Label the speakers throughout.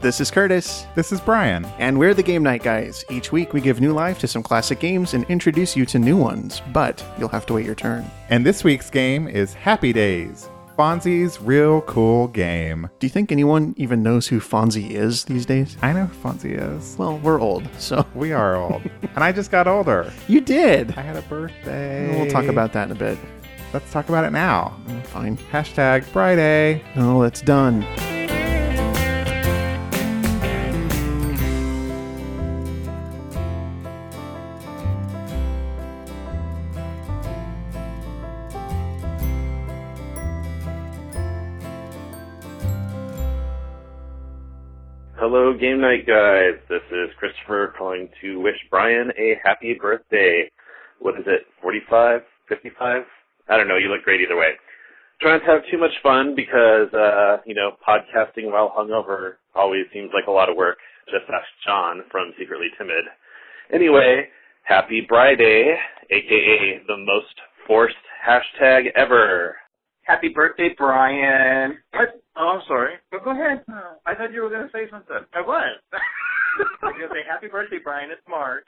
Speaker 1: This is Curtis.
Speaker 2: This is Brian.
Speaker 1: And we're the Game Night Guys. Each week, we give new life to some classic games and introduce you to new ones, but you'll have to wait your turn.
Speaker 2: And this week's game is Happy Days, Fonzie's real cool game.
Speaker 1: Do you think anyone even knows who Fonzie is these days?
Speaker 2: I know who Fonzie is.
Speaker 1: Well, we're old, so.
Speaker 2: We are old. and I just got older.
Speaker 1: You did!
Speaker 2: I had a birthday.
Speaker 1: We'll talk about that in a bit. Mm,
Speaker 2: Let's talk about it now.
Speaker 1: Fine.
Speaker 2: Hashtag Friday.
Speaker 1: No, it's done.
Speaker 3: Hello, game night guys. This is Christopher calling to wish Brian a happy birthday. What is it? 45? 55? I don't know. You look great either way. Trying to have too much fun because, uh, you know, podcasting while hungover always seems like a lot of work. Just ask John from Secretly Timid. Anyway, happy Friday, aka the most forced hashtag ever.
Speaker 4: Happy birthday, Brian.
Speaker 5: What? Oh, I'm sorry.
Speaker 4: But go ahead.
Speaker 5: I thought you were going to say something.
Speaker 4: I was.
Speaker 5: I was going to say, Happy birthday, Brian. It's Mark.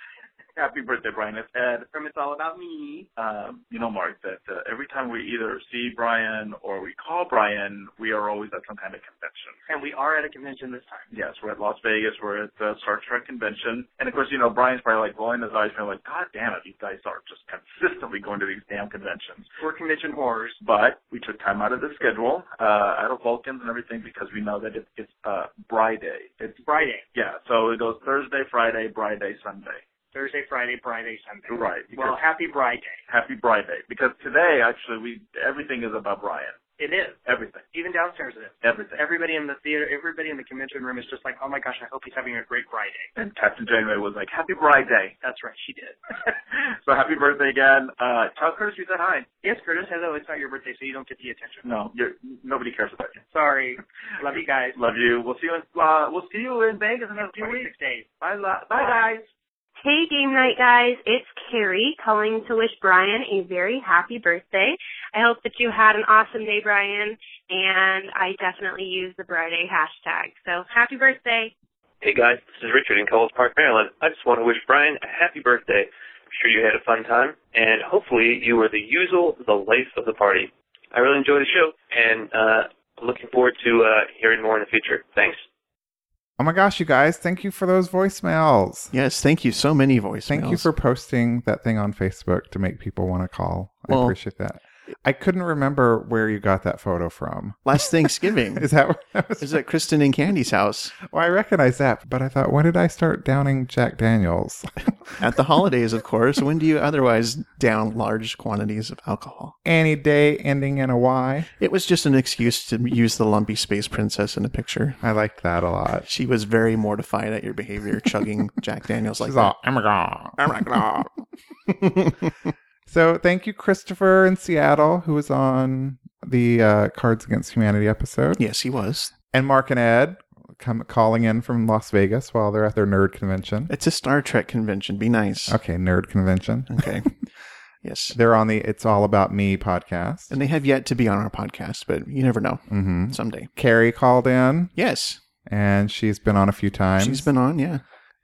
Speaker 4: Happy birthday, Brian. It's Ed from It's All About Me.
Speaker 5: Um, you know, Mark, that uh, every time we either see Brian or we call Brian, we are always at some kind of convention.
Speaker 4: And we are at a convention this time.
Speaker 5: Yes, we're at Las Vegas. We're at the Star Trek convention. And of course, you know, Brian's probably like rolling his eyes and like, God damn it, these guys are just consistently going to these damn conventions.
Speaker 4: We're convention horrors.
Speaker 5: But we took time out of the schedule, uh, out of Vulcans and everything because we know that it, it's uh, Bri Day. It's,
Speaker 4: Friday,
Speaker 5: yeah, so it goes Thursday, Friday, Bri Day, Sunday.
Speaker 4: Thursday, Friday, Friday, Sunday.
Speaker 5: Right.
Speaker 4: Well,
Speaker 5: Because,
Speaker 4: happy Friday.
Speaker 5: happy Bri Day. Because today, actually, we everything is about Brian.
Speaker 4: It is.
Speaker 5: Everything.
Speaker 4: Even downstairs it is.
Speaker 5: Everything.
Speaker 4: Everybody in the theater, everybody in the convention room is just like, oh my gosh, I hope he's having a great Friday.
Speaker 5: and Captain Janeway was like, Happy Bri Day.
Speaker 4: That's right, she did.
Speaker 5: so happy birthday again. Uh, tell Curtis you said hi.
Speaker 4: yes, Curtis, hello, it's not your birthday, so you don't get the attention.
Speaker 5: No, you're, nobody cares about you.
Speaker 4: Sorry. Love you guys.
Speaker 5: Love you. We'll see you in, uh, we'll see you in Vegas in a few weeks.
Speaker 4: 26 days.
Speaker 5: Bye, lo- bye guys.
Speaker 6: Hey, game night guys. It's Carrie calling to wish Brian a very happy birthday. I hope that you had an awesome day, Brian, and I definitely use the Friday hashtag. So happy birthday.
Speaker 3: Hey guys, this is Richard in Coles Park, Maryland. I just want to wish Brian a happy birthday. I'm sure you had a fun time, and hopefully you were the usual, the life of the party. I really enjoyed the show, and uh, I'm looking forward to uh, hearing more in the future. Thanks.
Speaker 2: Oh my gosh, you guys, thank you for those voicemails.
Speaker 1: Yes, thank you. So many voicemails.
Speaker 2: Thank you for posting that thing on Facebook to make people want to call.
Speaker 1: Well-
Speaker 2: I appreciate that. I couldn't remember where you got that photo from.
Speaker 1: last Thanksgiving.
Speaker 2: Is that where that was?
Speaker 1: is at Kristen and Candy's house
Speaker 2: Well, I recognize that, but I thought, when did I start downing Jack Daniels?
Speaker 1: at the holidays, of course. When do you otherwise down large quantities of alcohol?
Speaker 2: Any day ending in a Y.
Speaker 1: It was just an excuse to use the lumpy space princess in a picture.
Speaker 2: I liked that a lot.
Speaker 1: She was very mortified at your behavior, chugging Jack Daniels like
Speaker 2: She's
Speaker 1: that.
Speaker 2: all, oh my god, oh my god. so thank you, Christopher in Seattle, who was on the uh, Cards Against Humanity episode,
Speaker 1: Yes, he was.
Speaker 2: and Mark and Ed come calling in from Las Vegas while they're at their nerd convention.
Speaker 1: It's a Star Trek convention. Be nice.
Speaker 2: Okay, nerd convention.
Speaker 1: Okay. yes.
Speaker 2: They're on the "It's All About Me" podcast.
Speaker 1: And they have yet to be on our podcast, but you never know.
Speaker 2: hmm
Speaker 1: Someday.
Speaker 2: Carrie called in,
Speaker 1: Yes.
Speaker 2: and she's been on a few times.
Speaker 1: She's been on, yeah.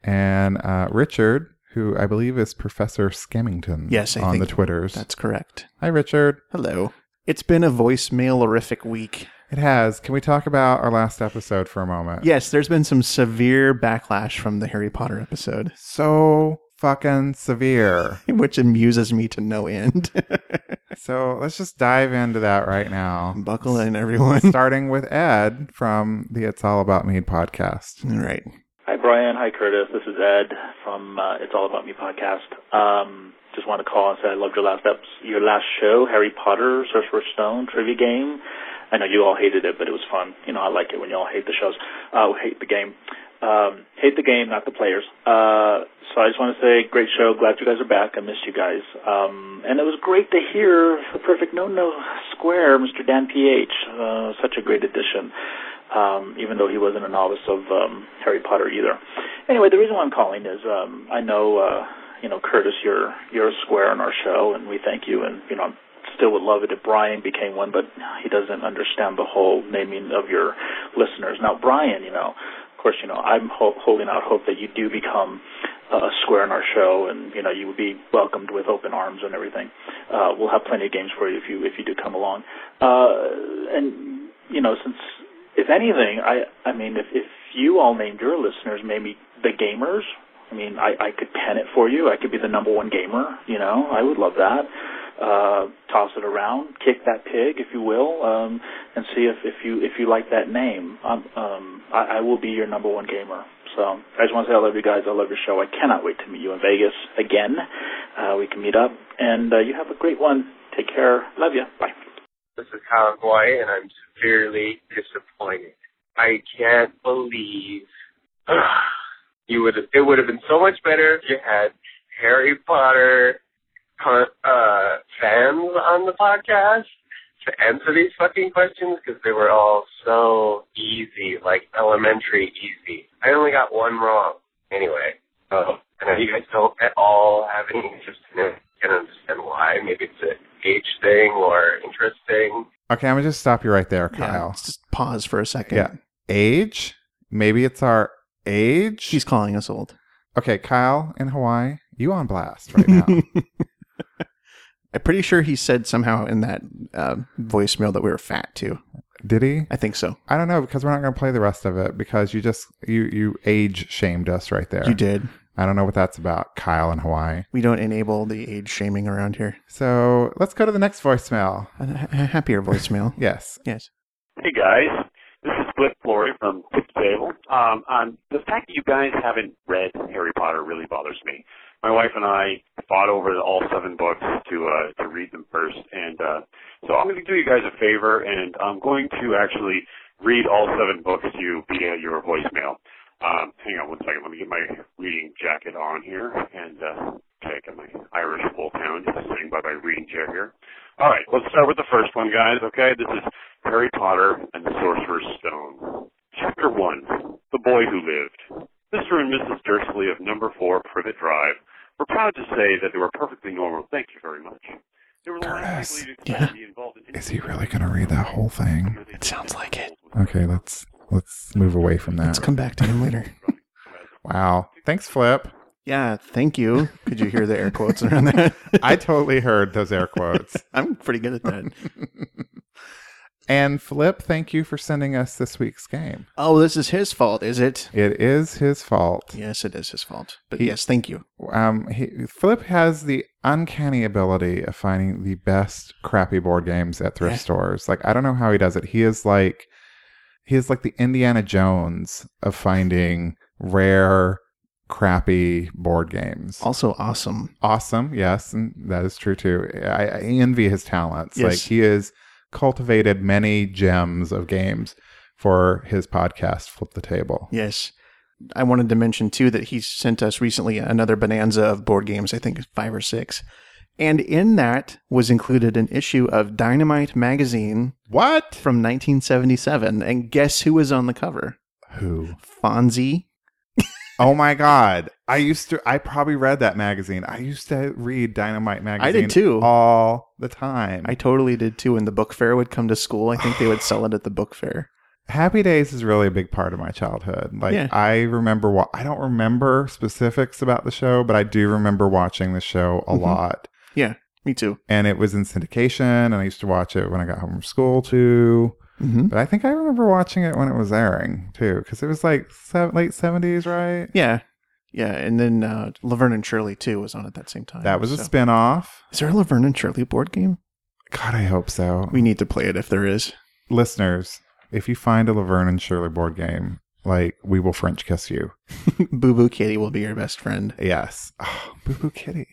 Speaker 2: and uh, Richard, who I believe is Professor Skemmington.
Speaker 1: Yes, I
Speaker 2: on
Speaker 1: think
Speaker 2: the Twitters.
Speaker 1: That's correct.
Speaker 2: Hi, Richard.
Speaker 1: Hello. It's been a voicemail horrific week.
Speaker 2: It has. Can we talk about our last episode for a moment?
Speaker 1: Yes, there's been some severe backlash from the Harry Potter episode,
Speaker 2: So fucking severe.
Speaker 1: which amuses me to no end.
Speaker 2: so let's just dive into that right now.
Speaker 1: Buckle in, everyone. All
Speaker 2: Starting with Ed from the It's All About Me podcast.
Speaker 1: right.
Speaker 7: Hi, Brian. Hi, Curtis. This is Ed from uh, It's All About Me podcast. Um, just want to call and say I loved your last episode, your last show, Harry Potter, Sorcerer's Stone trivia game. I know you all hated it, but it was fun. You know, I like it when you all hate the shows. Uh, hate the game. Um, hate the game, not the players. Uh, so I just want to say, great show. Glad you guys are back. I missed you guys. Um, and it was great to hear the perfect no-no square, Mr. Dan PH. Uh, such a great addition um, even though he wasn't a novice of um, Harry Potter either. Anyway, the reason why I'm calling is um, I know uh, you know Curtis, you're you're a square on our show, and we thank you. And you know, I still would love it if Brian became one, but he doesn't understand the whole naming of your listeners. Now, Brian, you know, of course, you know, I'm ho- holding out hope that you do become uh, a square in our show, and you know, you would be welcomed with open arms and everything. Uh, we'll have plenty of games for you if you if you do come along. Uh, and you know, since if anything, I I mean, if if you all named your listeners maybe the gamers, I mean, I I could pen it for you. I could be the number one gamer. You know, I would love that. Uh, toss it around, kick that pig, if you will, um, and see if, if you if you like that name. Um, um, I, I will be your number one gamer. So I just want to say I love you guys. I love your show. I cannot wait to meet you in Vegas again. Uh, we can meet up, and uh, you have a great one. Take care. Love you. Bye.
Speaker 8: This is Convoy, and I'm severely disappointed. I can't believe you would. It would have been so much better if you had Harry Potter uh, fans on the podcast to answer these fucking questions because they were all so easy, like elementary easy. I only got one wrong. Anyway, so I know you guys don't at all have any interest in it. I can understand why. Maybe it's a age thing or interest thing.
Speaker 2: Okay, I'm gonna just stop you right there,
Speaker 1: Yeah,
Speaker 2: Kyle.
Speaker 1: let's just pause for a second.
Speaker 2: Yeah. Age? Maybe it's our age.
Speaker 1: She's calling us old.
Speaker 2: okay, Kyle in Hawaii. You on blast right now?
Speaker 1: I'm pretty sure he said somehow in that uh, voicemail that we were fat too.
Speaker 2: Did he?
Speaker 1: I think so.
Speaker 2: I don't know because we're not going to play the rest of it because you just you you age shamed us right there.
Speaker 1: You did.
Speaker 2: I don't know what that's about, Kyle in Hawaii.
Speaker 1: We don't enable the age shaming around here.
Speaker 2: So let's go to the next voicemail.
Speaker 1: A, a happier voicemail.
Speaker 2: Yes.
Speaker 1: Yes.
Speaker 9: Hey guys, this is Cliff Flory from Cliffsable. Um, on the fact that you guys haven't read Harry Potter really bothers me. My wife and I fought over the, all seven books to uh, to read them first, and uh, so I'm going to do you guys a favor, and I'm going to actually read all seven books to you via your voicemail. Um, hang on one second. Let me get my reading jacket on here, and uh, okay, I got my Irish full pound sitting by my reading chair here. All right, let's start with the first one, guys. Okay, this is Harry Potter and the Sorcerer's Stone. Chapter 1 The Boy Who Lived. Mr. and Mrs. Dursley of number 4 Privet Drive were proud to say that they were perfectly normal. Thank you very much. They were
Speaker 2: Curtis.
Speaker 9: likely to expect to be involved in
Speaker 2: Is he really going to read that whole thing?
Speaker 1: It sounds like it.
Speaker 2: Okay, let's let's move away from that.
Speaker 1: Let's come back to him later.
Speaker 2: wow. Thanks, Flip.
Speaker 1: Yeah, thank you. Could you hear the air quotes around that?
Speaker 2: I totally heard those air quotes.
Speaker 1: I'm pretty good at that.
Speaker 2: and Flip, thank you for sending us this week's game.
Speaker 1: Oh, this is his fault, is it?
Speaker 2: It is his fault.
Speaker 1: Yes, it is his fault. But
Speaker 2: He-
Speaker 1: yes, thank you.
Speaker 2: Um, he, Flip has the uncanny ability of finding the best crappy board games at thrift
Speaker 1: Yeah.
Speaker 2: stores. Like I don't know how he does it. He is like he is like the Indiana Jones of finding rare crappy board games.
Speaker 1: Also awesome.
Speaker 2: Awesome, yes, and that is true too. I, I envy his talents.
Speaker 1: Yes.
Speaker 2: Like he has cultivated many gems of games for his podcast Flip the Table.
Speaker 1: Yes. I wanted to mention too that he sent us recently another bonanza of board games, I think five or six. And in that was included an issue of Dynamite magazine
Speaker 2: What?
Speaker 1: from 1977. And guess who was on the cover?
Speaker 2: Who?
Speaker 1: Fonzie.
Speaker 2: Oh my god. I used to I probably read that magazine. I used to read Dynamite magazine
Speaker 1: too.
Speaker 2: all the time.
Speaker 1: I totally did too. When the book fair would come to school, I think they would sell it at the book fair.
Speaker 2: Happy Days is really a big part of my childhood. Like
Speaker 1: Yeah.
Speaker 2: I remember what I don't remember specifics about the show, but I do remember watching the show a
Speaker 1: Mhm.
Speaker 2: lot.
Speaker 1: Me too.
Speaker 2: And it was in syndication and I used to watch it when I got home from school too.
Speaker 1: Mm-hmm.
Speaker 2: But I think I remember watching it when it was airing too cuz it was like se- late 70s, right?
Speaker 1: Yeah. Yeah. And then uh, Laverne and Shirley too was on at that same time.
Speaker 2: That was a
Speaker 1: so-
Speaker 2: spin-off.
Speaker 1: Is there a Laverne and Shirley board game?
Speaker 2: God, I hope so.
Speaker 1: We need to play it if there is.
Speaker 2: listeners, if you find a Laverne and Shirley board game, like we will French kiss you.
Speaker 1: Boo Boo Kitty will be your best friend.
Speaker 2: Yes. Oh, boo boo kitty.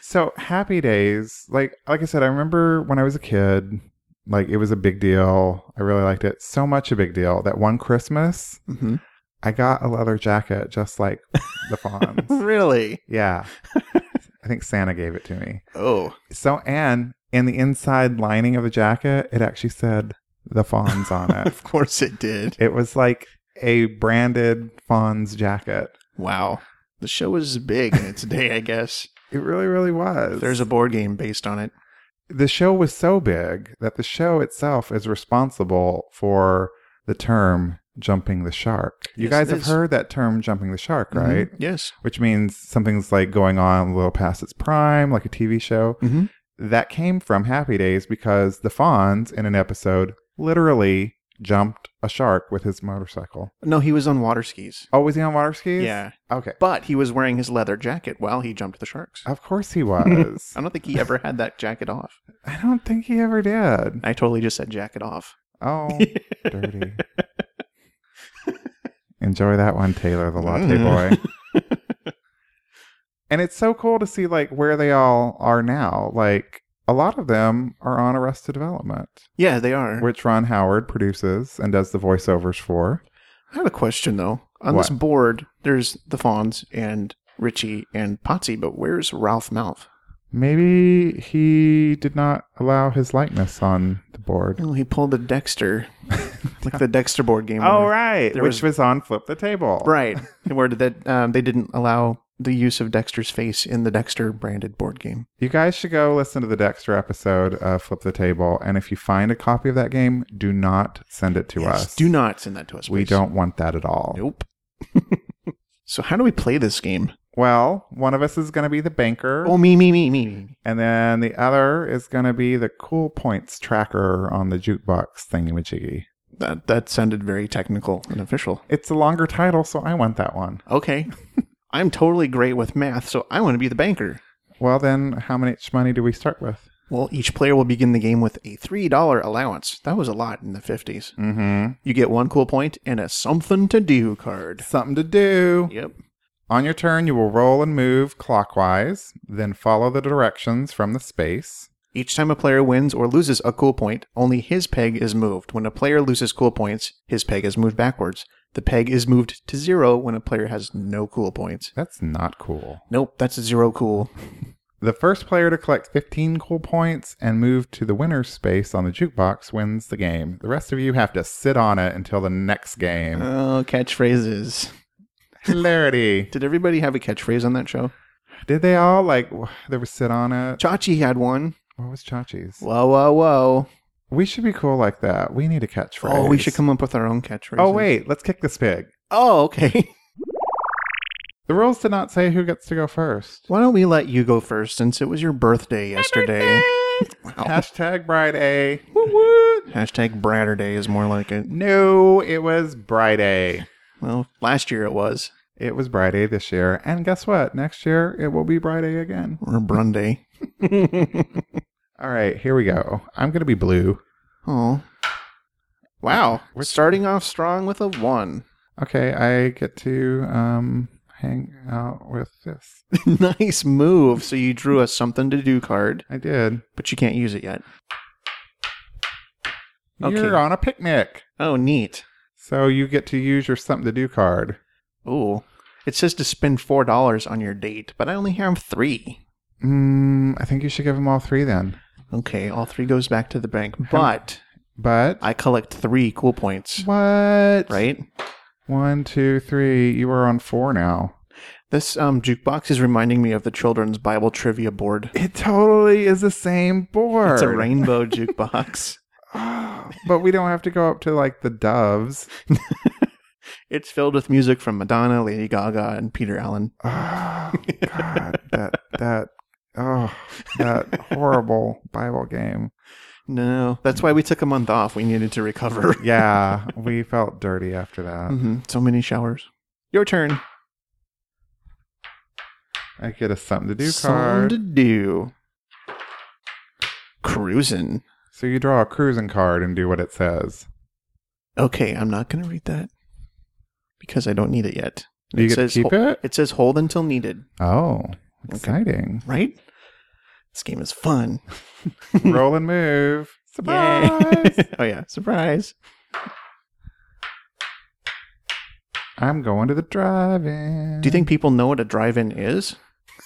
Speaker 2: so happy days. Like like I said, I remember when I was a kid, like it was a big deal. I really liked it. So much a big deal that one Christmas
Speaker 1: Mm-hmm.
Speaker 2: I got a leather jacket just like the Fonz.
Speaker 1: Really?
Speaker 2: yeah. I think Santa gave it to me.
Speaker 1: Oh.
Speaker 2: So and in the inside lining of the jacket, it actually said the Fonz on it.
Speaker 1: Of course it did.
Speaker 2: It was like a branded Fonz jacket.
Speaker 1: Wow. The show was big in its day, I guess.
Speaker 2: It really, really was.
Speaker 1: There's a board game based on it.
Speaker 2: the show was so big that the show itself is responsible for the term jumping the shark. You
Speaker 1: Yes,
Speaker 2: guys
Speaker 1: it
Speaker 2: have
Speaker 1: is. Mm-hmm.
Speaker 2: heard that term jumping the shark, right?
Speaker 1: Yes.
Speaker 2: Which means something's like going on a little past its prime, like a TV show.
Speaker 1: Mhm.
Speaker 2: That came from Happy Days because the Fonz in an episode literally jumped a shark with his motorcycle.
Speaker 1: No, he was on water skis.
Speaker 2: Oh, was he on water skis?
Speaker 1: Yeah.
Speaker 2: Okay.
Speaker 1: But he was wearing his leather jacket while he jumped the sharks.
Speaker 2: Of course he was.
Speaker 1: I don't think he ever had that jacket off.
Speaker 2: I don't think he ever did.
Speaker 1: I totally just said jacket off.
Speaker 2: Oh, dirty. Enjoy that one, Taylor, the latte boy.
Speaker 1: Mm.
Speaker 2: and it's so cool to see like where they all are now. Like a lot of them are on Arrested Development,
Speaker 1: Yeah, they are.
Speaker 2: which Ron Howard produces and does the voiceovers for.
Speaker 1: I have a question though. On this
Speaker 2: What?
Speaker 1: board, there's the Fawns and Richie and Potsy, but where's Ralph Mouth?
Speaker 2: Maybe he did not allow his likeness on the board.
Speaker 1: Oh, he pulled the Dexter, like the Dexter board game.
Speaker 2: Oh
Speaker 1: where-
Speaker 2: right,
Speaker 1: There
Speaker 2: which
Speaker 1: was-
Speaker 2: was, on Flip the Table.
Speaker 1: right. Where did that? Um, they didn't allow the use of Dexter's face in the Dexter branded board game.
Speaker 2: You guys should go listen to the Dexter episode of Flip the Table. And if you find a copy of that game, do not send it to
Speaker 1: Yes,
Speaker 2: us.
Speaker 1: Do not send that to us.
Speaker 2: We
Speaker 1: please.
Speaker 2: don't want that at all.
Speaker 1: Nope. so how do we play this game?
Speaker 2: Well, one of us is going to be the banker,
Speaker 1: Oh, me, me, me, me, me.
Speaker 2: and then the other is going to be the cool points tracker on the jukebox thingamajiggy.
Speaker 1: That that sounded very technical and official.
Speaker 2: It's a longer title, so I want that one.
Speaker 1: Okay. I'm totally great with math, so I want to be the banker.
Speaker 2: Well, then, how much money do we start with?
Speaker 1: Well, each player will begin the game with a $3 allowance. That was a lot in the 50s.
Speaker 2: Mm-hmm.
Speaker 1: You get one cool point and a something to do card.
Speaker 2: Something to do.
Speaker 1: Yep.
Speaker 2: On your turn, you will roll and move clockwise, then follow the directions from the space.
Speaker 1: Each time a player wins or loses a cool point, only his peg is moved. When a player loses cool points, his peg is moved backwards. The peg is moved to zero when a player has no cool points.
Speaker 2: That's not cool.
Speaker 1: Nope, that's zero cool.
Speaker 2: The first player to collect 15 cool points and move to the winner's space on the jukebox wins the game. The rest of you have to sit on it until the next game.
Speaker 1: Oh, catchphrases.
Speaker 2: Hilarity.
Speaker 1: Did everybody have a catchphrase on that show?
Speaker 2: Did they all like w- there was sit on it?
Speaker 1: Chachi had one.
Speaker 2: What was Chachi's?
Speaker 1: Whoa, whoa, whoa.
Speaker 2: We should be cool like that. We need a catchphrase.
Speaker 1: Oh, we should come up with our own catchphrase.
Speaker 2: Oh wait, let's kick this pig.
Speaker 1: Oh, okay.
Speaker 2: The rules did not say who gets to go first.
Speaker 1: Why don't we let you go first since it was your Oh. birthday yesterday? Wow.
Speaker 2: Hashtag Bride A.
Speaker 1: Hashtag Bratter Day is more like it.
Speaker 2: No, it was Bride A.
Speaker 1: Well, last year it was.
Speaker 2: It was Bride A this year, and guess what? Next year it will be Bride A again.
Speaker 1: Or Brun Day.
Speaker 2: All right, here we go. I'm gonna be blue.
Speaker 1: Oh. Wow. We're
Speaker 2: Which-
Speaker 1: starting off strong with a one.
Speaker 2: Okay, I get to um hang out with this.
Speaker 1: nice move. So you drew a something to do card,
Speaker 2: I did.
Speaker 1: but you can't use it yet. Okay.
Speaker 2: You're on a picnic.
Speaker 1: Oh, neat.
Speaker 2: So you get to use your something to do card.
Speaker 1: Ooh. It says to spend four dollars on your date, but I only have three.
Speaker 2: Mm, I think you should give them all three then.
Speaker 1: Okay, all three goes back to the bank, but
Speaker 2: But
Speaker 1: I collect three cool points,
Speaker 2: what?
Speaker 1: right?
Speaker 2: One, two, three. You are on four now.
Speaker 1: This um, jukebox is reminding me of the children's Bible trivia board.
Speaker 2: It totally is the same board.
Speaker 1: It's a rainbow jukebox.
Speaker 2: but we don't have to go up to like the doves.
Speaker 1: It's filled with music from Madonna, Lady Gaga, and Peter Allen.
Speaker 2: Oh God, that that oh that horrible Bible game.
Speaker 1: No, that's why we took a month off. We needed to recover.
Speaker 2: Yeah, we felt dirty after that.
Speaker 1: hmm So many showers. Your turn.
Speaker 2: I get a something to do
Speaker 1: Something
Speaker 2: card.
Speaker 1: to do. Cruisin'.
Speaker 2: so you draw a cruising card and do what it says.
Speaker 1: Okay, I'm not going to read that because I don't need it yet.
Speaker 2: You get to keep
Speaker 1: hol-
Speaker 2: it?
Speaker 1: It says hold until needed,
Speaker 2: Oh, exciting!
Speaker 1: right? This game is fun.
Speaker 2: Roll and move.
Speaker 1: Yay.
Speaker 2: Surprise!
Speaker 1: oh, yeah. Surprise.
Speaker 2: I'm going to the drive-in.
Speaker 1: Do you think people know what a drive in is?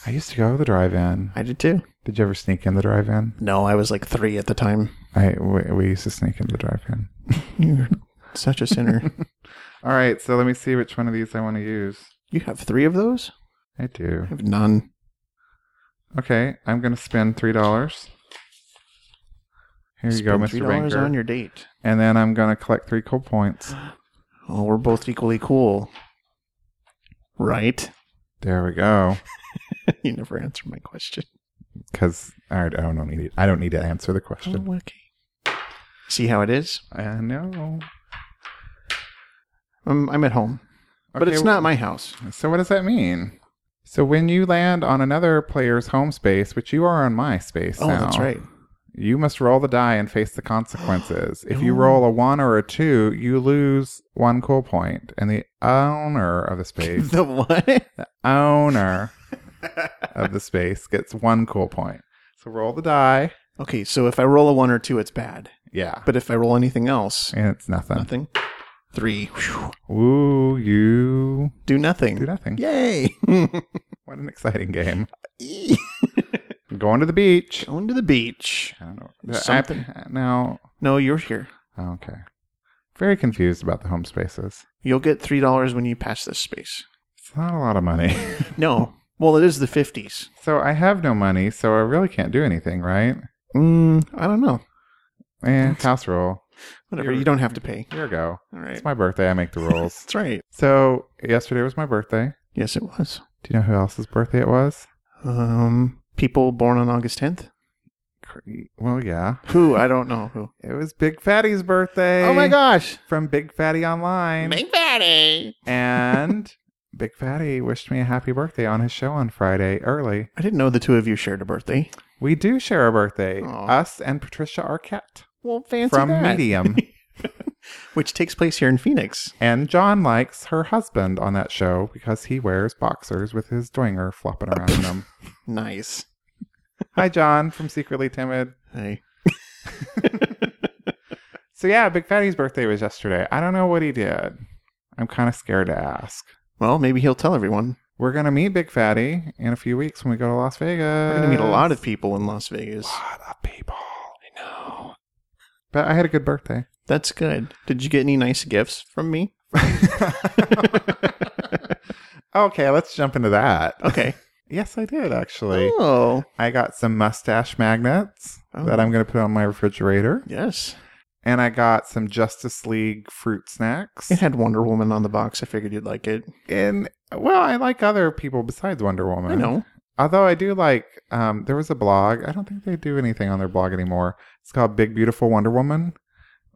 Speaker 2: I used to go to the drive-in?
Speaker 1: I did too.
Speaker 2: Did you ever sneak in the drive-in?
Speaker 1: No, I was like three at the time.
Speaker 2: I we, we used to sneak in the drive-in.
Speaker 1: You're such a sinner.
Speaker 2: All right, so let me see which one of these I want to use.
Speaker 1: You have three of those?
Speaker 2: I do.
Speaker 1: I have none.
Speaker 2: Okay, I'm gonna spend three dollars. Here you go,
Speaker 1: Spend
Speaker 2: Mr.
Speaker 1: $3
Speaker 2: Banker.
Speaker 1: on your date.
Speaker 2: and then I'm gonna collect three cool points.
Speaker 1: Well, we're both equally cool. Right?
Speaker 2: There we go.
Speaker 1: you never answered my question.
Speaker 2: Because I don't I don't need it. I don't need to answer the question.
Speaker 1: Oh, okay. See how it is?
Speaker 2: I know.
Speaker 1: Um, I'm at home, but
Speaker 2: Okay,
Speaker 1: it's not my house.
Speaker 2: So what does that mean? So when you land on another player's home space, which you are on my space
Speaker 1: Oh,
Speaker 2: now,
Speaker 1: that's right.
Speaker 2: You must roll the die and face the consequences. if
Speaker 1: Oh.
Speaker 2: you roll a one or a two, you lose one cool point, and the owner of the space,
Speaker 1: The what?
Speaker 2: owner of the space, gets one cool point. So roll the die.
Speaker 1: Okay, so if I roll a one or two, it's bad.
Speaker 2: Yeah,
Speaker 1: But if I roll anything else,
Speaker 2: and it's nothing.
Speaker 1: nothing. Three. Whew.
Speaker 2: Ooh, you
Speaker 1: Do nothing.
Speaker 2: do nothing.
Speaker 1: Yay!
Speaker 2: What an exciting game. Going to the beach.
Speaker 1: Going to the beach.
Speaker 2: I don't know.
Speaker 1: Something.
Speaker 2: I- now,
Speaker 1: No, you're here.
Speaker 2: Oh, Okay. Very confused about the home spaces.
Speaker 1: You'll get three dollars when you pass this space.
Speaker 2: It's not a lot of money.
Speaker 1: No. Well, it is the fifties.
Speaker 2: so I have no money, so I really can't do anything, right?
Speaker 1: Mm, I don't know.
Speaker 2: And house rule.
Speaker 1: Whatever. You don't have to pay.
Speaker 2: Here we go.
Speaker 1: All right.
Speaker 2: It's my birthday. I make the rules.
Speaker 1: That's right.
Speaker 2: so yesterday was my birthday.
Speaker 1: Yes, it was.
Speaker 2: Do you know who else's birthday it was?
Speaker 1: Um, people born on August tenth.
Speaker 2: Cre- Well, yeah.
Speaker 1: Who? I don't know who.
Speaker 2: It was Big Fatty's birthday.
Speaker 1: Oh gosh.
Speaker 2: From Big Fatty Online.
Speaker 1: Big Fatty.
Speaker 2: and Big Fatty wished me a happy birthday on his show on Friday early.
Speaker 1: I didn't know the two of you shared a birthday.
Speaker 2: We do share a birthday.
Speaker 1: Aw.
Speaker 2: Us and Patricia Arquette
Speaker 1: Well, fancy
Speaker 2: from Medium.
Speaker 1: which takes place here in Phoenix.
Speaker 2: And John likes her husband on that show because he wears boxers with his doinger flopping around in them.
Speaker 1: Nice.
Speaker 2: Hi, John from Secretly Timid.
Speaker 1: Hey.
Speaker 2: So, yeah, Big Fatty's birthday was yesterday. I don't know what he did. I'm kind of scared to ask.
Speaker 1: Well, maybe he'll tell everyone.
Speaker 2: We're going to meet Big Fatty in a few weeks when we go to Las Vegas.
Speaker 1: We're going to meet a lot of people in Las Vegas.
Speaker 2: lot of people. I know. But I had a good birthday.
Speaker 1: That's good. Did you get any nice gifts from me?
Speaker 2: okay, let's jump into that.
Speaker 1: Okay.
Speaker 2: Yes, I did, actually.
Speaker 1: oh.
Speaker 2: I got some mustache magnets
Speaker 1: Oh.
Speaker 2: that I'm going to put on my refrigerator.
Speaker 1: Yes.
Speaker 2: And I got some Justice League fruit snacks.
Speaker 1: It had Wonder Woman on the box. I figured you'd like it.
Speaker 2: and, well, I like other people besides Wonder Woman.
Speaker 1: I know.
Speaker 2: Although I do like, um, there was a blog. I don't think they do anything on their blog anymore. It's called Big Beautiful Wonder Woman,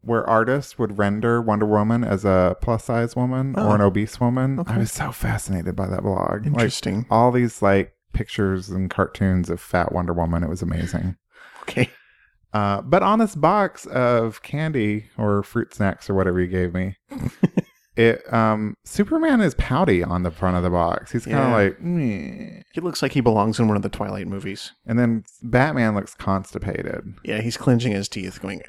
Speaker 2: where artists would render Wonder Woman as a plus size woman
Speaker 1: Oh.
Speaker 2: or an obese woman.
Speaker 1: Okay.
Speaker 2: I was so fascinated by that blog. Like,
Speaker 1: Interesting.
Speaker 2: all these, like, pictures and cartoons of fat Wonder Woman. It was amazing.
Speaker 1: okay.
Speaker 2: Uh, but on this box of candy or fruit snacks or whatever you gave me, it um, Superman is pouty on the front of the box. He's kind of
Speaker 1: Yeah.
Speaker 2: like, "Meh."
Speaker 1: He looks like he belongs in one of the Twilight movies.
Speaker 2: and then Batman looks constipated.
Speaker 1: Yeah, he's clenching his teeth, going,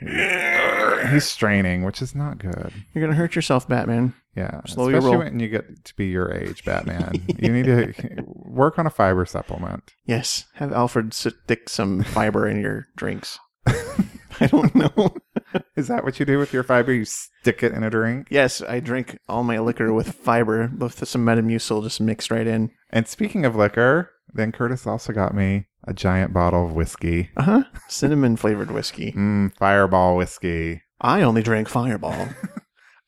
Speaker 2: He's straining, which is not good.
Speaker 1: You're going to hurt yourself, Batman.
Speaker 2: Yeah,
Speaker 1: Slow your
Speaker 2: especially
Speaker 1: roll.
Speaker 2: when you get to be your age, Batman. You need to work on a fiber supplement.
Speaker 1: Yes, have Alfred stick some fiber in your drinks. I don't know.
Speaker 2: Is that what you do with your fiber? You stick it in a drink.
Speaker 1: Yes, I drink all my liquor with fiber, with some Metamucil just mixed right in.
Speaker 2: And speaking of liquor, then Curtis also got me a giant bottle of whiskey.
Speaker 1: Uh huh. Cinnamon flavored whiskey.
Speaker 2: Mm, fireball whiskey.
Speaker 1: I only drank Fireball.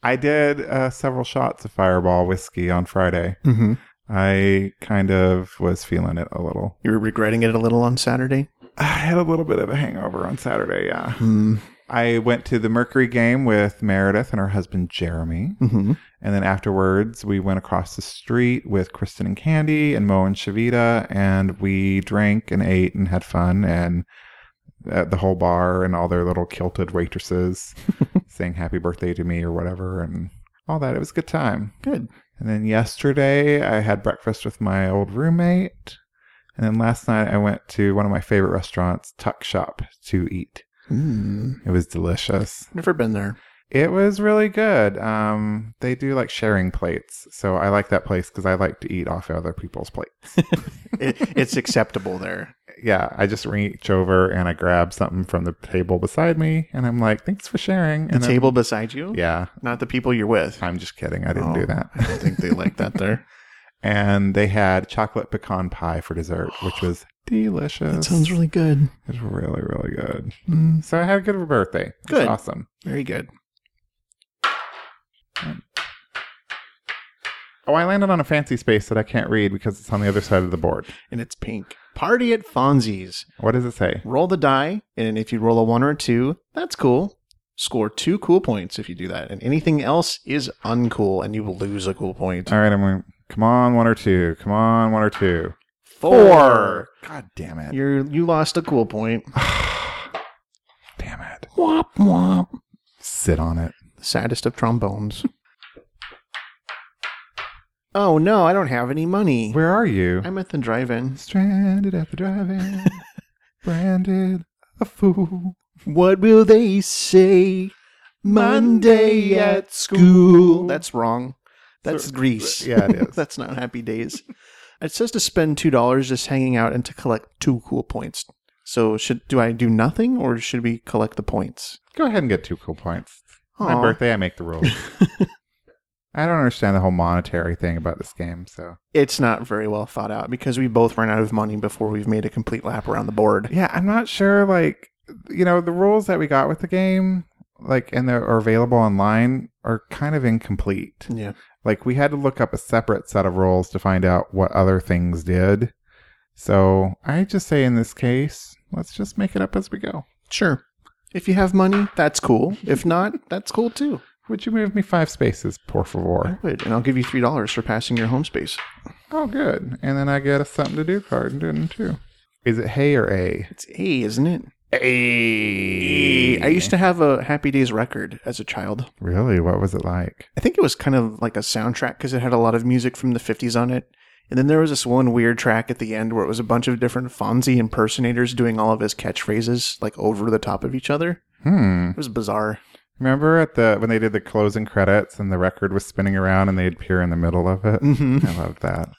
Speaker 2: I did uh, several shots of Fireball whiskey on Friday.
Speaker 1: mm-hmm.
Speaker 2: I kind of was feeling it a little.
Speaker 1: You were regretting it a little on Saturday?
Speaker 2: I had a little bit of a hangover on Saturday, yeah.
Speaker 1: Hmm.
Speaker 2: I went to the Mercury game with Meredith and her husband Jeremy.
Speaker 1: Mm-hmm.
Speaker 2: And then afterwards, we went across the street with Kristen and Candy and Mo and Shavita, and we drank and ate and had fun and at the whole bar and all their little kilted waitresses saying happy birthday to me or whatever and all that. It was a good time.
Speaker 1: Good.
Speaker 2: And then yesterday, I had breakfast with my old roommate. And then last night, I went to one of my favorite restaurants, Tuck Shop, to eat.
Speaker 1: Mm.
Speaker 2: It was delicious.
Speaker 1: Never been there.
Speaker 2: It was really good. Um, they do like sharing plates, so I like that place because I like to eat off other people's plates.
Speaker 1: It, it's acceptable there.
Speaker 2: yeah, I just reach over and I grab something from the table beside me, and I'm like, "Thanks for sharing."
Speaker 1: The
Speaker 2: and then-
Speaker 1: table beside you?
Speaker 2: yeah,
Speaker 1: Not the people you're with.
Speaker 2: I'm just kidding. I didn't
Speaker 1: Oh,
Speaker 2: do that.
Speaker 1: I don't think they like that there.
Speaker 2: and they had chocolate pecan pie for dessert, which was delicious.
Speaker 1: That sounds really good.
Speaker 2: It was really really good.
Speaker 1: Mm,
Speaker 2: So I had a good birthday. It was
Speaker 1: Good.
Speaker 2: awesome.
Speaker 1: very good.
Speaker 2: Oh, I landed on a fancy space that I can't read because it's on the other side of the board.
Speaker 1: and it's pink. Party at Fonzie's.
Speaker 2: What does it say?
Speaker 1: Roll the die, and if you roll a one or a two, that's cool. Score two cool points if you do that, and anything else is uncool, and you will lose a cool point.
Speaker 2: All right, I'm going. Come on, one or two. Come on, one or two.
Speaker 1: Four.
Speaker 2: God damn it.
Speaker 1: You're you lost a cool point.
Speaker 2: damn it.
Speaker 1: Womp womp.
Speaker 2: Sit on it.
Speaker 1: The saddest of trombones. oh no, I don't have any money.
Speaker 2: Where are you?
Speaker 1: I'm at the drive-in.
Speaker 2: stranded at the drive-in. branded a fool.
Speaker 1: What will they say Monday at school? That's wrong. That's
Speaker 2: So-
Speaker 1: Greece.
Speaker 2: yeah, it is.
Speaker 1: That's not happy days. It says to spend two dollars just hanging out and to collect two cool points. So should do I do nothing or should we collect the points?
Speaker 2: Go ahead and get two cool points.
Speaker 1: Aw.
Speaker 2: My birthday, I make the rules. I don't understand the whole monetary thing about this game, so
Speaker 1: It's not very well thought out because we both run out of money before we've made a complete lap around the board.
Speaker 2: yeah, I'm not sure. Like, you know, the rules that we got with the game, like, and that are available online, are kind of incomplete.
Speaker 1: Yeah.
Speaker 2: Like, we had to look up a separate set of rules to find out what other things did. So I just say, in this case, let's just make it up as we go.
Speaker 1: Sure. If you have money, that's cool. If not, that's cool too.
Speaker 2: Would you move me five spaces, por
Speaker 1: I
Speaker 2: favor?
Speaker 1: would, and I'll give you three dollars for passing your home space.
Speaker 2: Oh, good. And then I get a something to do card, didn't too? Is it hey or a?
Speaker 1: It's A, isn't it? A. I used to have a Happy Days record as a child.
Speaker 2: Really? What was it like?
Speaker 1: I think it was kind of like a soundtrack because it had a lot of music from the 50s on it. And then there was this one weird track at the end where it was a bunch of different Fonzie impersonators doing all of his catchphrases like over the top of each other.
Speaker 2: Hmm.
Speaker 1: It was bizarre.
Speaker 2: Remember at the when they did the closing credits and the record was spinning around and they'd appear in the middle of it?
Speaker 1: hmm
Speaker 2: I loved that.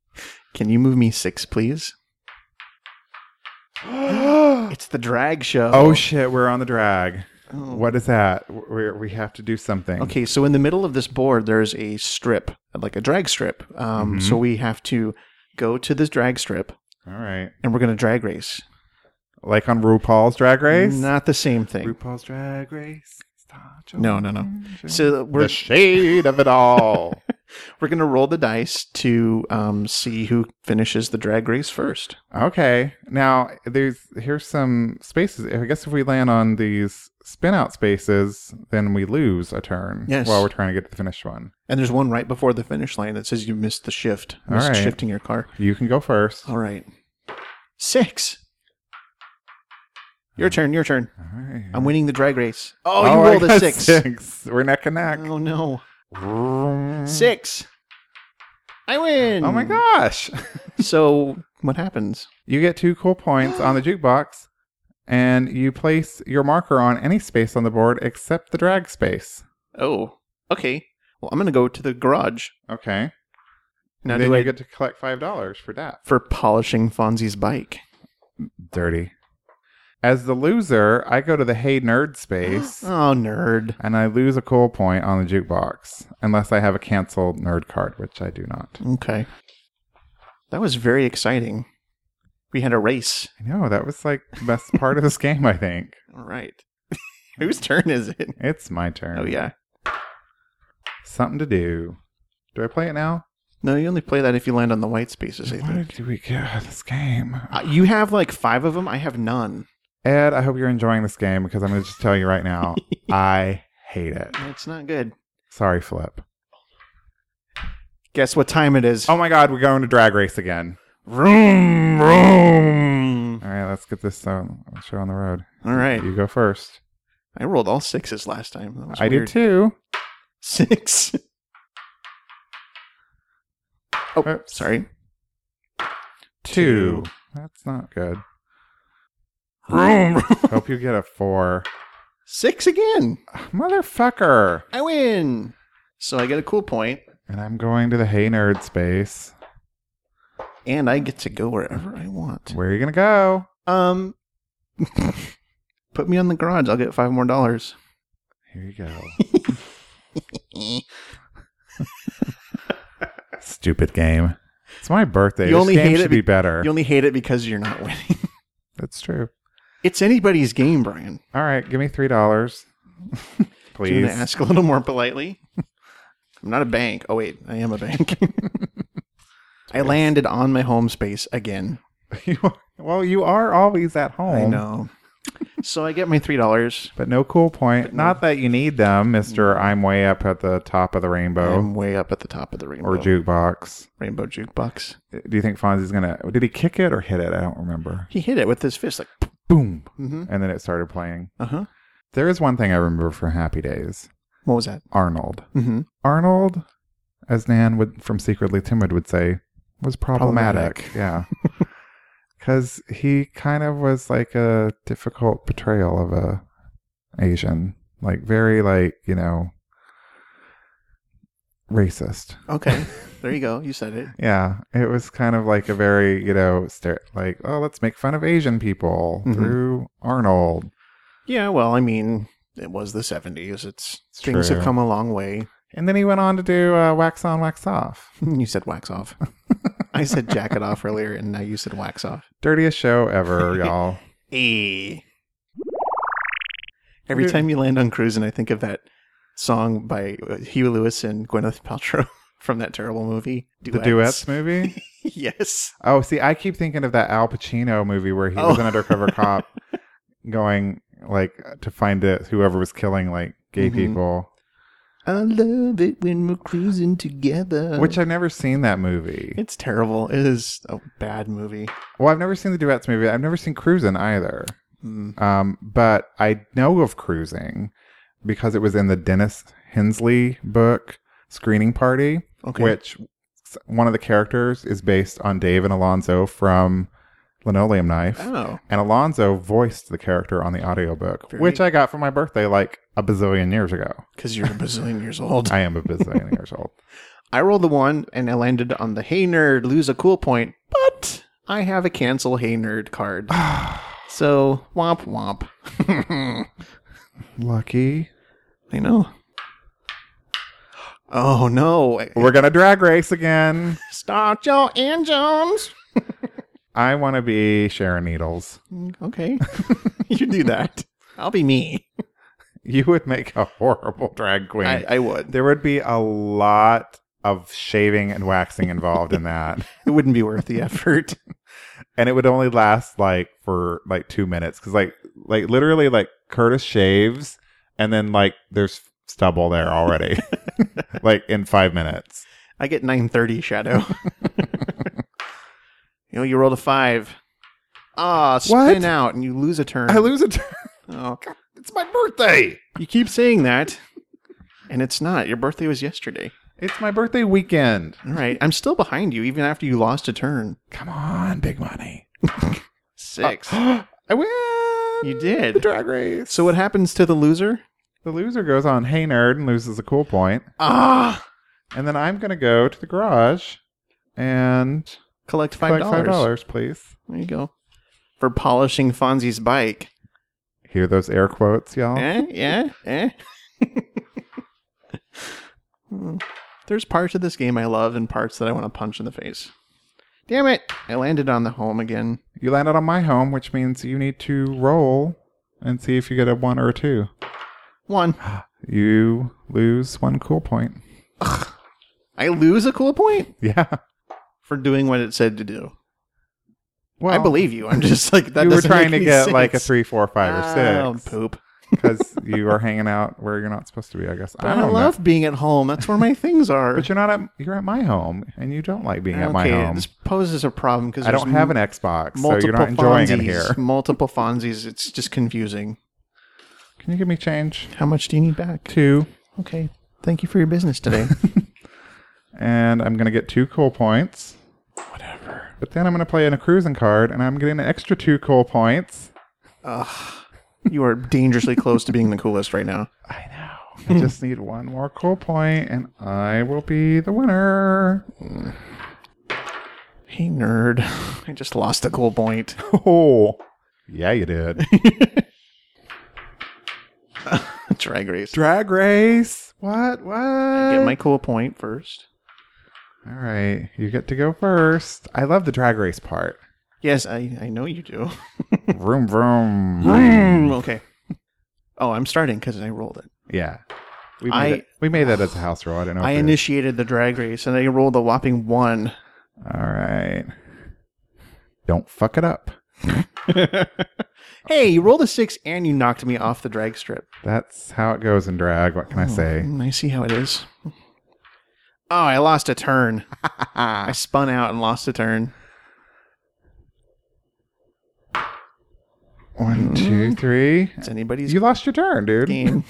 Speaker 1: Can you move me six, please? it's the drag show.
Speaker 2: Oh shit, we're on the drag.
Speaker 1: Oh.
Speaker 2: What is that? We're, we have to do something.
Speaker 1: Okay, so in the middle of this board, there's a strip, like a drag strip. Um,
Speaker 2: Mhm.
Speaker 1: So we have to go to this drag strip
Speaker 2: All right.
Speaker 1: and we're going to drag race.
Speaker 2: Like on RuPaul's Drag Race?
Speaker 1: Not the same thing.
Speaker 2: RuPaul's Drag Race. Stop
Speaker 1: No, no, no.
Speaker 2: joking.
Speaker 1: So
Speaker 2: the
Speaker 1: we're
Speaker 2: shade of it all.
Speaker 1: we're gonna roll the dice to um, see who finishes the drag race first.
Speaker 2: Okay. Now there's here's some spaces. I guess if we land on these spin out spaces, then we lose a turn
Speaker 1: Yes.
Speaker 2: while we're trying to get to the finished one.
Speaker 1: And there's one right before the finish line that says you missed the shift,
Speaker 2: All
Speaker 1: missed
Speaker 2: right.
Speaker 1: shifting your car.
Speaker 2: You can go first.
Speaker 1: All right, six. Your turn. Your turn.
Speaker 2: All right.
Speaker 1: I'm winning the drag race. Oh,
Speaker 2: I
Speaker 1: you rolled a
Speaker 2: got
Speaker 1: six.
Speaker 2: six. We're neck and neck.
Speaker 1: Oh no, Oh.
Speaker 2: Six.
Speaker 1: six. I win.
Speaker 2: Oh my gosh.
Speaker 1: So what happens?
Speaker 2: You get two cool points on the jukebox, and you place your marker on any space on the board except the drag space.
Speaker 1: Oh, okay. Well, I'm gonna go to the garage
Speaker 2: Okay.
Speaker 1: now.
Speaker 2: then
Speaker 1: Do
Speaker 2: you
Speaker 1: I
Speaker 2: get to collect five dollars for that.
Speaker 1: for polishing Fonzie's bike?
Speaker 2: Dirty. As the loser, I go to the Hey Nerd space
Speaker 1: Oh, nerd.
Speaker 2: and I lose a cool point on the jukebox unless I have a canceled nerd card, which I do not.
Speaker 1: Okay. That was very exciting. We had a race.
Speaker 2: I know, that was like the best part of this game, I think.
Speaker 1: All right. Whose turn is it?
Speaker 2: It's my turn.
Speaker 1: Oh, yeah.
Speaker 2: Something to do. Do I play it now?
Speaker 1: No, you only play that if you land on the white spaces, I
Speaker 2: Why
Speaker 1: think.
Speaker 2: do we get this game?
Speaker 1: Uh, you have like five of them. I have none.
Speaker 2: Ed, I hope you're enjoying this game because I'm going to just tell you right now, I hate it.
Speaker 1: It's not good.
Speaker 2: Sorry, Flip.
Speaker 1: Guess what time it is?
Speaker 2: Oh my God, we're going to drag race again.
Speaker 1: Vroom, vroom.
Speaker 2: All right, let's get this um, show on the road.
Speaker 1: All right.
Speaker 2: You go first.
Speaker 1: I rolled all sixes last time. That was
Speaker 2: I
Speaker 1: weird.
Speaker 2: do too.
Speaker 1: Six. Oh,
Speaker 2: Oops.
Speaker 1: sorry.
Speaker 2: Two. That's not good.
Speaker 1: Vroom, vroom.
Speaker 2: Hope you get a four.
Speaker 1: Six again.
Speaker 2: Motherfucker.
Speaker 1: I win. So I get a cool point.
Speaker 2: And I'm going to the Hey Nerd space.
Speaker 1: and I get to go wherever I want.
Speaker 2: Where are you going to go?
Speaker 1: Um, put me on the garage. I'll get five more dollars.
Speaker 2: Here you go. Stupid game. It's my birthday.
Speaker 1: You
Speaker 2: this
Speaker 1: only
Speaker 2: game
Speaker 1: hate it
Speaker 2: should be
Speaker 1: be-
Speaker 2: better.
Speaker 1: You only hate it because you're not winning.
Speaker 2: That's true.
Speaker 1: It's anybody's game, Brian.
Speaker 2: All right, give me three dollars,
Speaker 1: Do you
Speaker 2: please.
Speaker 1: want to ask a little more politely? I'm not a bank. Oh wait, I am a bank. I landed on my home space again.
Speaker 2: You are- well, you are always at home.
Speaker 1: I know. so I get my three dollars.
Speaker 2: But no cool point. Not that you need them, Mister. I'm way up at the top of the rainbow
Speaker 1: Mm. I'm way up at the top of the rainbow.
Speaker 2: or jukebox.
Speaker 1: rainbow jukebox.
Speaker 2: Do you think Fonzie's gonna? Did he kick it or hit it? I don't remember.
Speaker 1: He hit it with his fist, like
Speaker 2: Boom,
Speaker 1: mm-hmm.
Speaker 2: and then it started playing.
Speaker 1: uh huh.
Speaker 2: There is one thing I remember from Happy Days:
Speaker 1: What was that?
Speaker 2: Arnold.
Speaker 1: Mm-hmm.
Speaker 2: Arnold, as Nan would from Secretly Timid would say, was problematic.
Speaker 1: Problematic.
Speaker 2: Yeah. Cause he kind of was like a difficult portrayal of a Asian. Like very like, you know racist.
Speaker 1: Okay, there you go. You said it.
Speaker 2: Yeah. It was kind of like a very, you know, stere- like, oh, let's make fun of Asian people
Speaker 1: Mhm.
Speaker 2: through Arnold.
Speaker 1: Yeah. Well, I mean, it was the '70s. It's things
Speaker 2: True.
Speaker 1: have come a long way.
Speaker 2: And then he went on to do uh, Wax On, Wax Off.
Speaker 1: you said wax off. I said jacket off earlier, and now you said wax off.
Speaker 2: Dirtiest show ever, y'all.
Speaker 1: Eh. Every
Speaker 2: Dude.
Speaker 1: time you land on cruising, I think of that song by uh, Hugh Lewis and Gwyneth Paltrow from that terrible movie.
Speaker 2: The Duets movie?
Speaker 1: yes.
Speaker 2: Oh, see, I keep thinking of that Al Pacino movie where he was
Speaker 1: Oh.
Speaker 2: an undercover cop going like to find it whoever was killing like gay
Speaker 1: Mhm.
Speaker 2: people.
Speaker 1: I love it when we're cruising together.
Speaker 2: Which I've never seen that movie.
Speaker 1: it's terrible. Uh. It is a bad movie.
Speaker 2: Well, I've never seen the duets movie. I've never seen Cruisin' either.
Speaker 1: Mm.
Speaker 2: Um, but I know of Cruising because it was in the Dennis Hensley book screening party,
Speaker 1: Okay.
Speaker 2: which s- one of the characters is based on Dave and Alonzo from Linoleum Knife.
Speaker 1: Oh,
Speaker 2: And Alonzo voiced the character on the audiobook,
Speaker 1: Very-
Speaker 2: which I got for my birthday like a bazillion years ago.
Speaker 1: because you're a bazillion years old.
Speaker 2: I am a bazillion years old.
Speaker 1: I rolled the one and I landed on the Hey Nerd, lose a cool point, but I have a cancel Hey Nerd card. so, womp womp.
Speaker 2: Lucky.
Speaker 1: I know. Oh no.
Speaker 2: We're going to drag race again.
Speaker 1: Start your engines.
Speaker 2: I want to be Sharon Needles.
Speaker 1: Okay. you do that. I'll be me.
Speaker 2: You would make a horrible drag queen.
Speaker 1: I, I would.
Speaker 2: there would be a lot of shaving and waxing involved in that.
Speaker 1: It wouldn't be worth the effort.
Speaker 2: And it would only last like for like two minutes because like, like literally like Curtis shaves and then like there's stubble there already, like in five minutes.
Speaker 1: I get 930 shadow. you know, you rolled a five. Ah, spin
Speaker 2: What?
Speaker 1: out and you lose a turn.
Speaker 2: I lose a turn.
Speaker 1: Oh.
Speaker 2: It's my birthday.
Speaker 1: You keep saying that. And it's not. Your birthday was yesterday.
Speaker 2: It's my birthday weekend.
Speaker 1: All right. I'm still behind you even after you lost a turn.
Speaker 2: Come on, big money.
Speaker 1: Six.
Speaker 2: I win.
Speaker 1: you
Speaker 2: The
Speaker 1: did.
Speaker 2: drag race.
Speaker 1: So what happens to the loser?
Speaker 2: The loser goes on Hey Nerd and loses a cool point.
Speaker 1: Ah,
Speaker 2: And then I'm going to go to the garage and
Speaker 1: collect five
Speaker 2: collect
Speaker 1: dollars.
Speaker 2: $5, please.
Speaker 1: There you go for polishing Fonzie's bike.
Speaker 2: Hear those air quotes, y'all?
Speaker 1: Eh, yeah, eh. Hmm. There's parts of this game I love and parts that I want to punch in the face. Damn it! I landed on the home again.
Speaker 2: You landed on my home, which means you need to roll and see if you get a one or a two.
Speaker 1: One.
Speaker 2: You lose one cool point.
Speaker 1: I lose a cool point
Speaker 2: Yeah.
Speaker 1: for doing what it said to do.
Speaker 2: Well,
Speaker 1: I believe you. I'm just like that.
Speaker 2: you were
Speaker 1: doesn't
Speaker 2: trying
Speaker 1: make any
Speaker 2: to get
Speaker 1: sense.
Speaker 2: like a three, four, five,
Speaker 1: Oh,
Speaker 2: or six.
Speaker 1: poop.
Speaker 2: because you are hanging out where you're not supposed to be. I guess
Speaker 1: But I, love being at home. That's where my things are.
Speaker 2: Know. But you're not at you're at my home, and you don't like being at my
Speaker 1: okay,
Speaker 2: home.
Speaker 1: this poses a problem because
Speaker 2: I don't have an Xbox, so
Speaker 1: multiple
Speaker 2: you're not enjoying
Speaker 1: Fonzies,
Speaker 2: it here.
Speaker 1: Multiple Fonzies. It's just confusing.
Speaker 2: Can you give me change?
Speaker 1: How much do you need back?
Speaker 2: Two,
Speaker 1: Okay. Thank you for your business today.
Speaker 2: and I'm gonna get two cool points. Whatever. But then I'm gonna play in a cruising card, and I'm getting an extra two cool points.
Speaker 1: you are dangerously close to being the coolest right now.
Speaker 2: I know. I just need one more cool point, and I will be the winner.
Speaker 1: Hey, nerd. I just lost a cool point.
Speaker 2: Oh, yeah, you did.
Speaker 1: Drag race.
Speaker 2: Drag race. What? What?
Speaker 1: Get my cool point first.
Speaker 2: All right, you get to go first. I love the drag race part.
Speaker 1: Yes, I, I know you do.
Speaker 2: vroom vroom.
Speaker 1: okay. Oh, I'm starting because I rolled it.
Speaker 2: Yeah. We made,
Speaker 1: I-
Speaker 2: that, we made that as a house rule. I don't know.
Speaker 1: I
Speaker 2: if it is.
Speaker 1: initiated the drag race and I rolled a whopping one.
Speaker 2: All right. Don't fuck it up.
Speaker 1: Hey, you rolled a six and you knocked me off the drag strip.
Speaker 2: That's how it goes in drag. What can I say?
Speaker 1: Mm, I see how it is. Oh, I lost a turn. I spun out and lost a turn. Oh.
Speaker 2: One, two, three.
Speaker 1: It's anybody's
Speaker 2: You lost your turn, dude.
Speaker 1: game.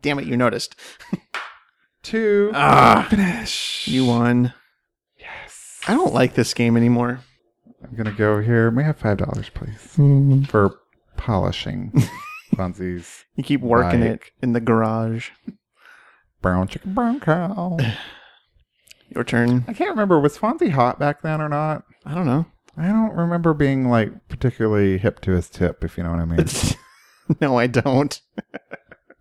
Speaker 1: Damn it, you noticed.
Speaker 2: Two.
Speaker 1: Ah,
Speaker 2: Finish.
Speaker 1: you won. Yes. I don't like this game anymore.
Speaker 2: I'm gonna go here. May I have five dollars, please,
Speaker 1: Mm-hmm.
Speaker 2: for polishing Fonzie's
Speaker 1: You keep working
Speaker 2: Like-
Speaker 1: it in the garage.
Speaker 2: brown chicken brown cow.
Speaker 1: Your turn.
Speaker 2: I can't remember was Fonzie hot back then or not.
Speaker 1: I don't know.
Speaker 2: I don't remember being like particularly hip to his tip, if you know what I mean.
Speaker 1: no, I don't.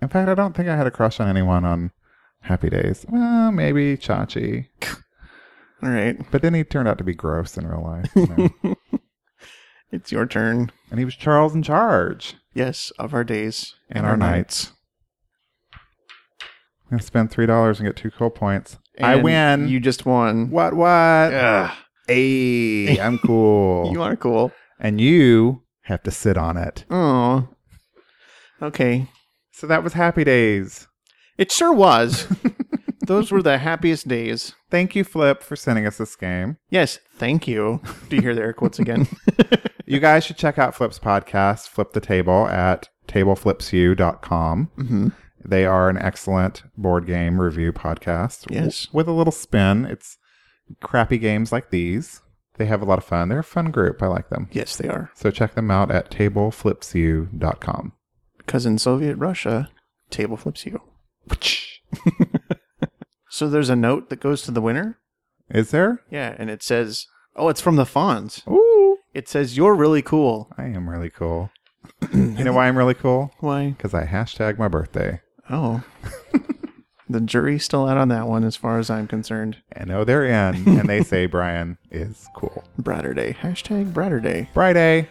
Speaker 2: In fact, I don't think I had a crush on anyone on Happy Days. Well, maybe Chachi.
Speaker 1: All right.
Speaker 2: But then he turned out to be gross in real life. you know.
Speaker 1: It's your turn.
Speaker 2: and he was Charles in charge.
Speaker 1: Yes, of our days
Speaker 2: And our nights. I'm going to spend $3 and get two cool points. I
Speaker 1: And
Speaker 2: win.
Speaker 1: You just won.
Speaker 2: what, what?
Speaker 1: Ugh,
Speaker 2: Hey, I'm cool.
Speaker 1: you are cool.
Speaker 2: and you have to sit on it.
Speaker 1: Oh. Okay.
Speaker 2: So that was Happy Days.
Speaker 1: It sure was. Those were the happiest days.
Speaker 2: Thank you, Flip, for sending us this game.
Speaker 1: Yes, thank you. Do you hear the air quotes again?
Speaker 2: You guys should check out Flip's podcast, Flip the Table, at tableflipsu.com.
Speaker 1: mm-hmm.
Speaker 2: They are an excellent board game review podcast. w-
Speaker 1: Yes.
Speaker 2: with a little spin. It's crappy games like these. They have a lot of fun. They're a fun group. I like them.
Speaker 1: Yes, they are.
Speaker 2: So check them out at tableflipsyou.com.
Speaker 1: Because in Soviet Russia, table flips you. so there's a note that goes to the winner.
Speaker 2: Is there?
Speaker 1: Yeah, and it says, "Oh, it's from the Fonz."
Speaker 2: Ooh.
Speaker 1: It says, "You're really cool."
Speaker 2: I am really cool. you know why I'm really cool?
Speaker 1: Why?
Speaker 2: Because I hashtag my birthday.
Speaker 1: Oh, the jury's still out on that one, as far as I'm concerned.
Speaker 2: And oh, they're in. and they say Brian is cool.
Speaker 1: Bratter Day. Hashtag Bratter Day.
Speaker 2: Friday.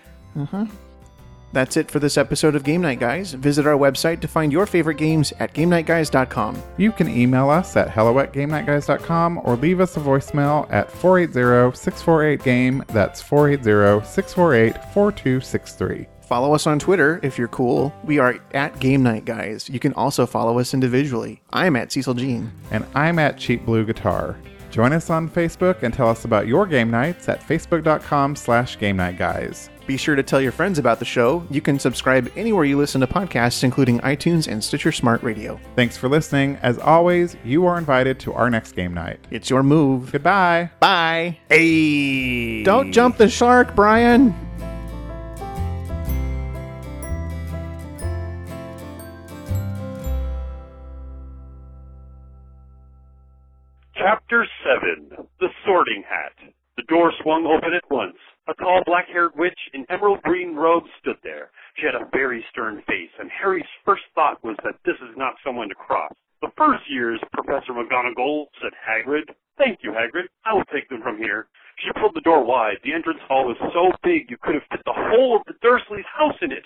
Speaker 1: That's it for this episode of Game Night Guys. Visit our website to find your favorite games at GameNightGuys.com.
Speaker 2: You can email us at hello at GameNightGuys.com or leave us a voicemail at 480-648-GAME. E. That's 480-648-4263.
Speaker 1: Follow us on Twitter if you're cool. We are at Game Night Guys. You can also follow us individually. I'm at Cecil Jean.
Speaker 2: And I'm at Cheap Blue Guitar. Join us on Facebook and tell us about your game nights at facebook.com slash game night guys.
Speaker 1: Be sure to tell your friends about the show. You can subscribe anywhere you listen to podcasts, including iTunes and Stitcher Smart Radio.
Speaker 2: Thanks for listening. As always, you are invited to our next game night.
Speaker 1: It's your move.
Speaker 2: Goodbye.
Speaker 1: Bye.
Speaker 2: Hey.
Speaker 1: Don't jump the shark, Brian.
Speaker 9: Chapter 7 The Sorting Hat. The door swung open at once. A tall black haired witch in emerald green robe stood there. She had a very stern face, and Harry's first thought was that this is not someone to cross. The first years, Professor McGonagall, said Hagrid. Thank you, Hagrid. I will take them from here. She pulled the door wide. The entrance hall was so big you could have fit the whole of the Dursleys' house in it.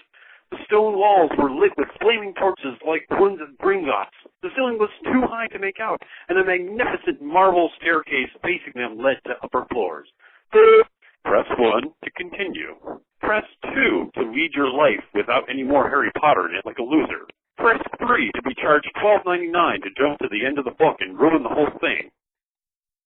Speaker 9: The stone walls were lit with flaming torches like the ones at Gringotts. The ceiling was too high to make out, and a magnificent marble staircase facing them led to upper floors. Press 1 to continue. Press 2 to lead your life without any more Harry Potter in it like a loser. Press 3 to be charged twelve ninety nine to jump to the end of the book and ruin the whole thing.